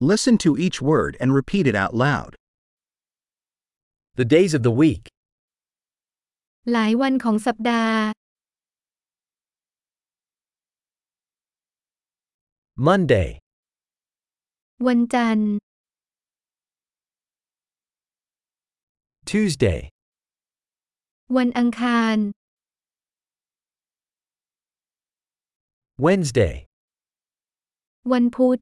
Listen to each word and repeat it out loud. The days of the week. หลายวันของสัปดาห์ Monday, วันจันทร์ Tuesday, วันอังคาร Wednesday, วันพุธ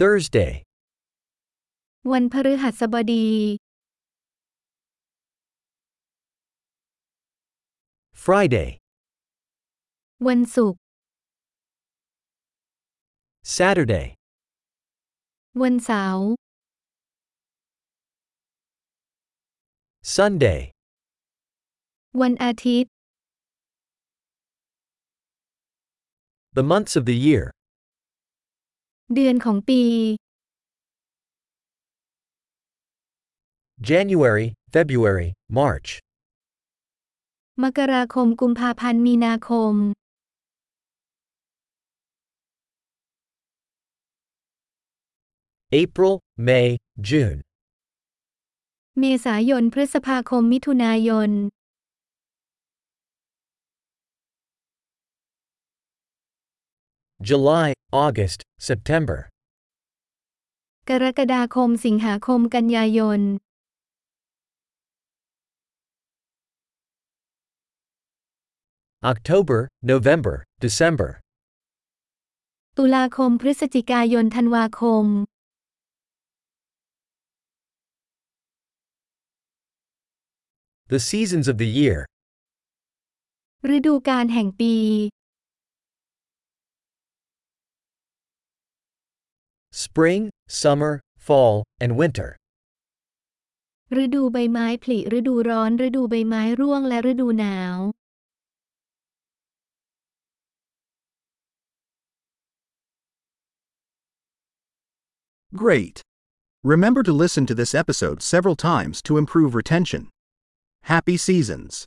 Thursday, วันพฤหัสบดี Friday, วันศุกร์ Saturday, วันเสาร์ Sunday, วันอาทิตย์ the months of the year. เดือนของปี January, February, March, มกราคมกุมภาพันธ์มีนาคม April, May, June, เมษายนพฤษภาคมมิถุนายน July, August, September, กรกฎาคมสิงหาคมกันยายน October, November, December, ตุลาคมพฤศจิกายนธันวาคม the seasons of the year. ฤดูกาลแห่งปี Spring, summer, fall, and winter. ฤดูใบไม้ผลิฤดูร้อน ฤดูใบไม้ร่วงและฤดูหนาว Great! Remember to listen to this episode several times to improve retention. Happy seasons!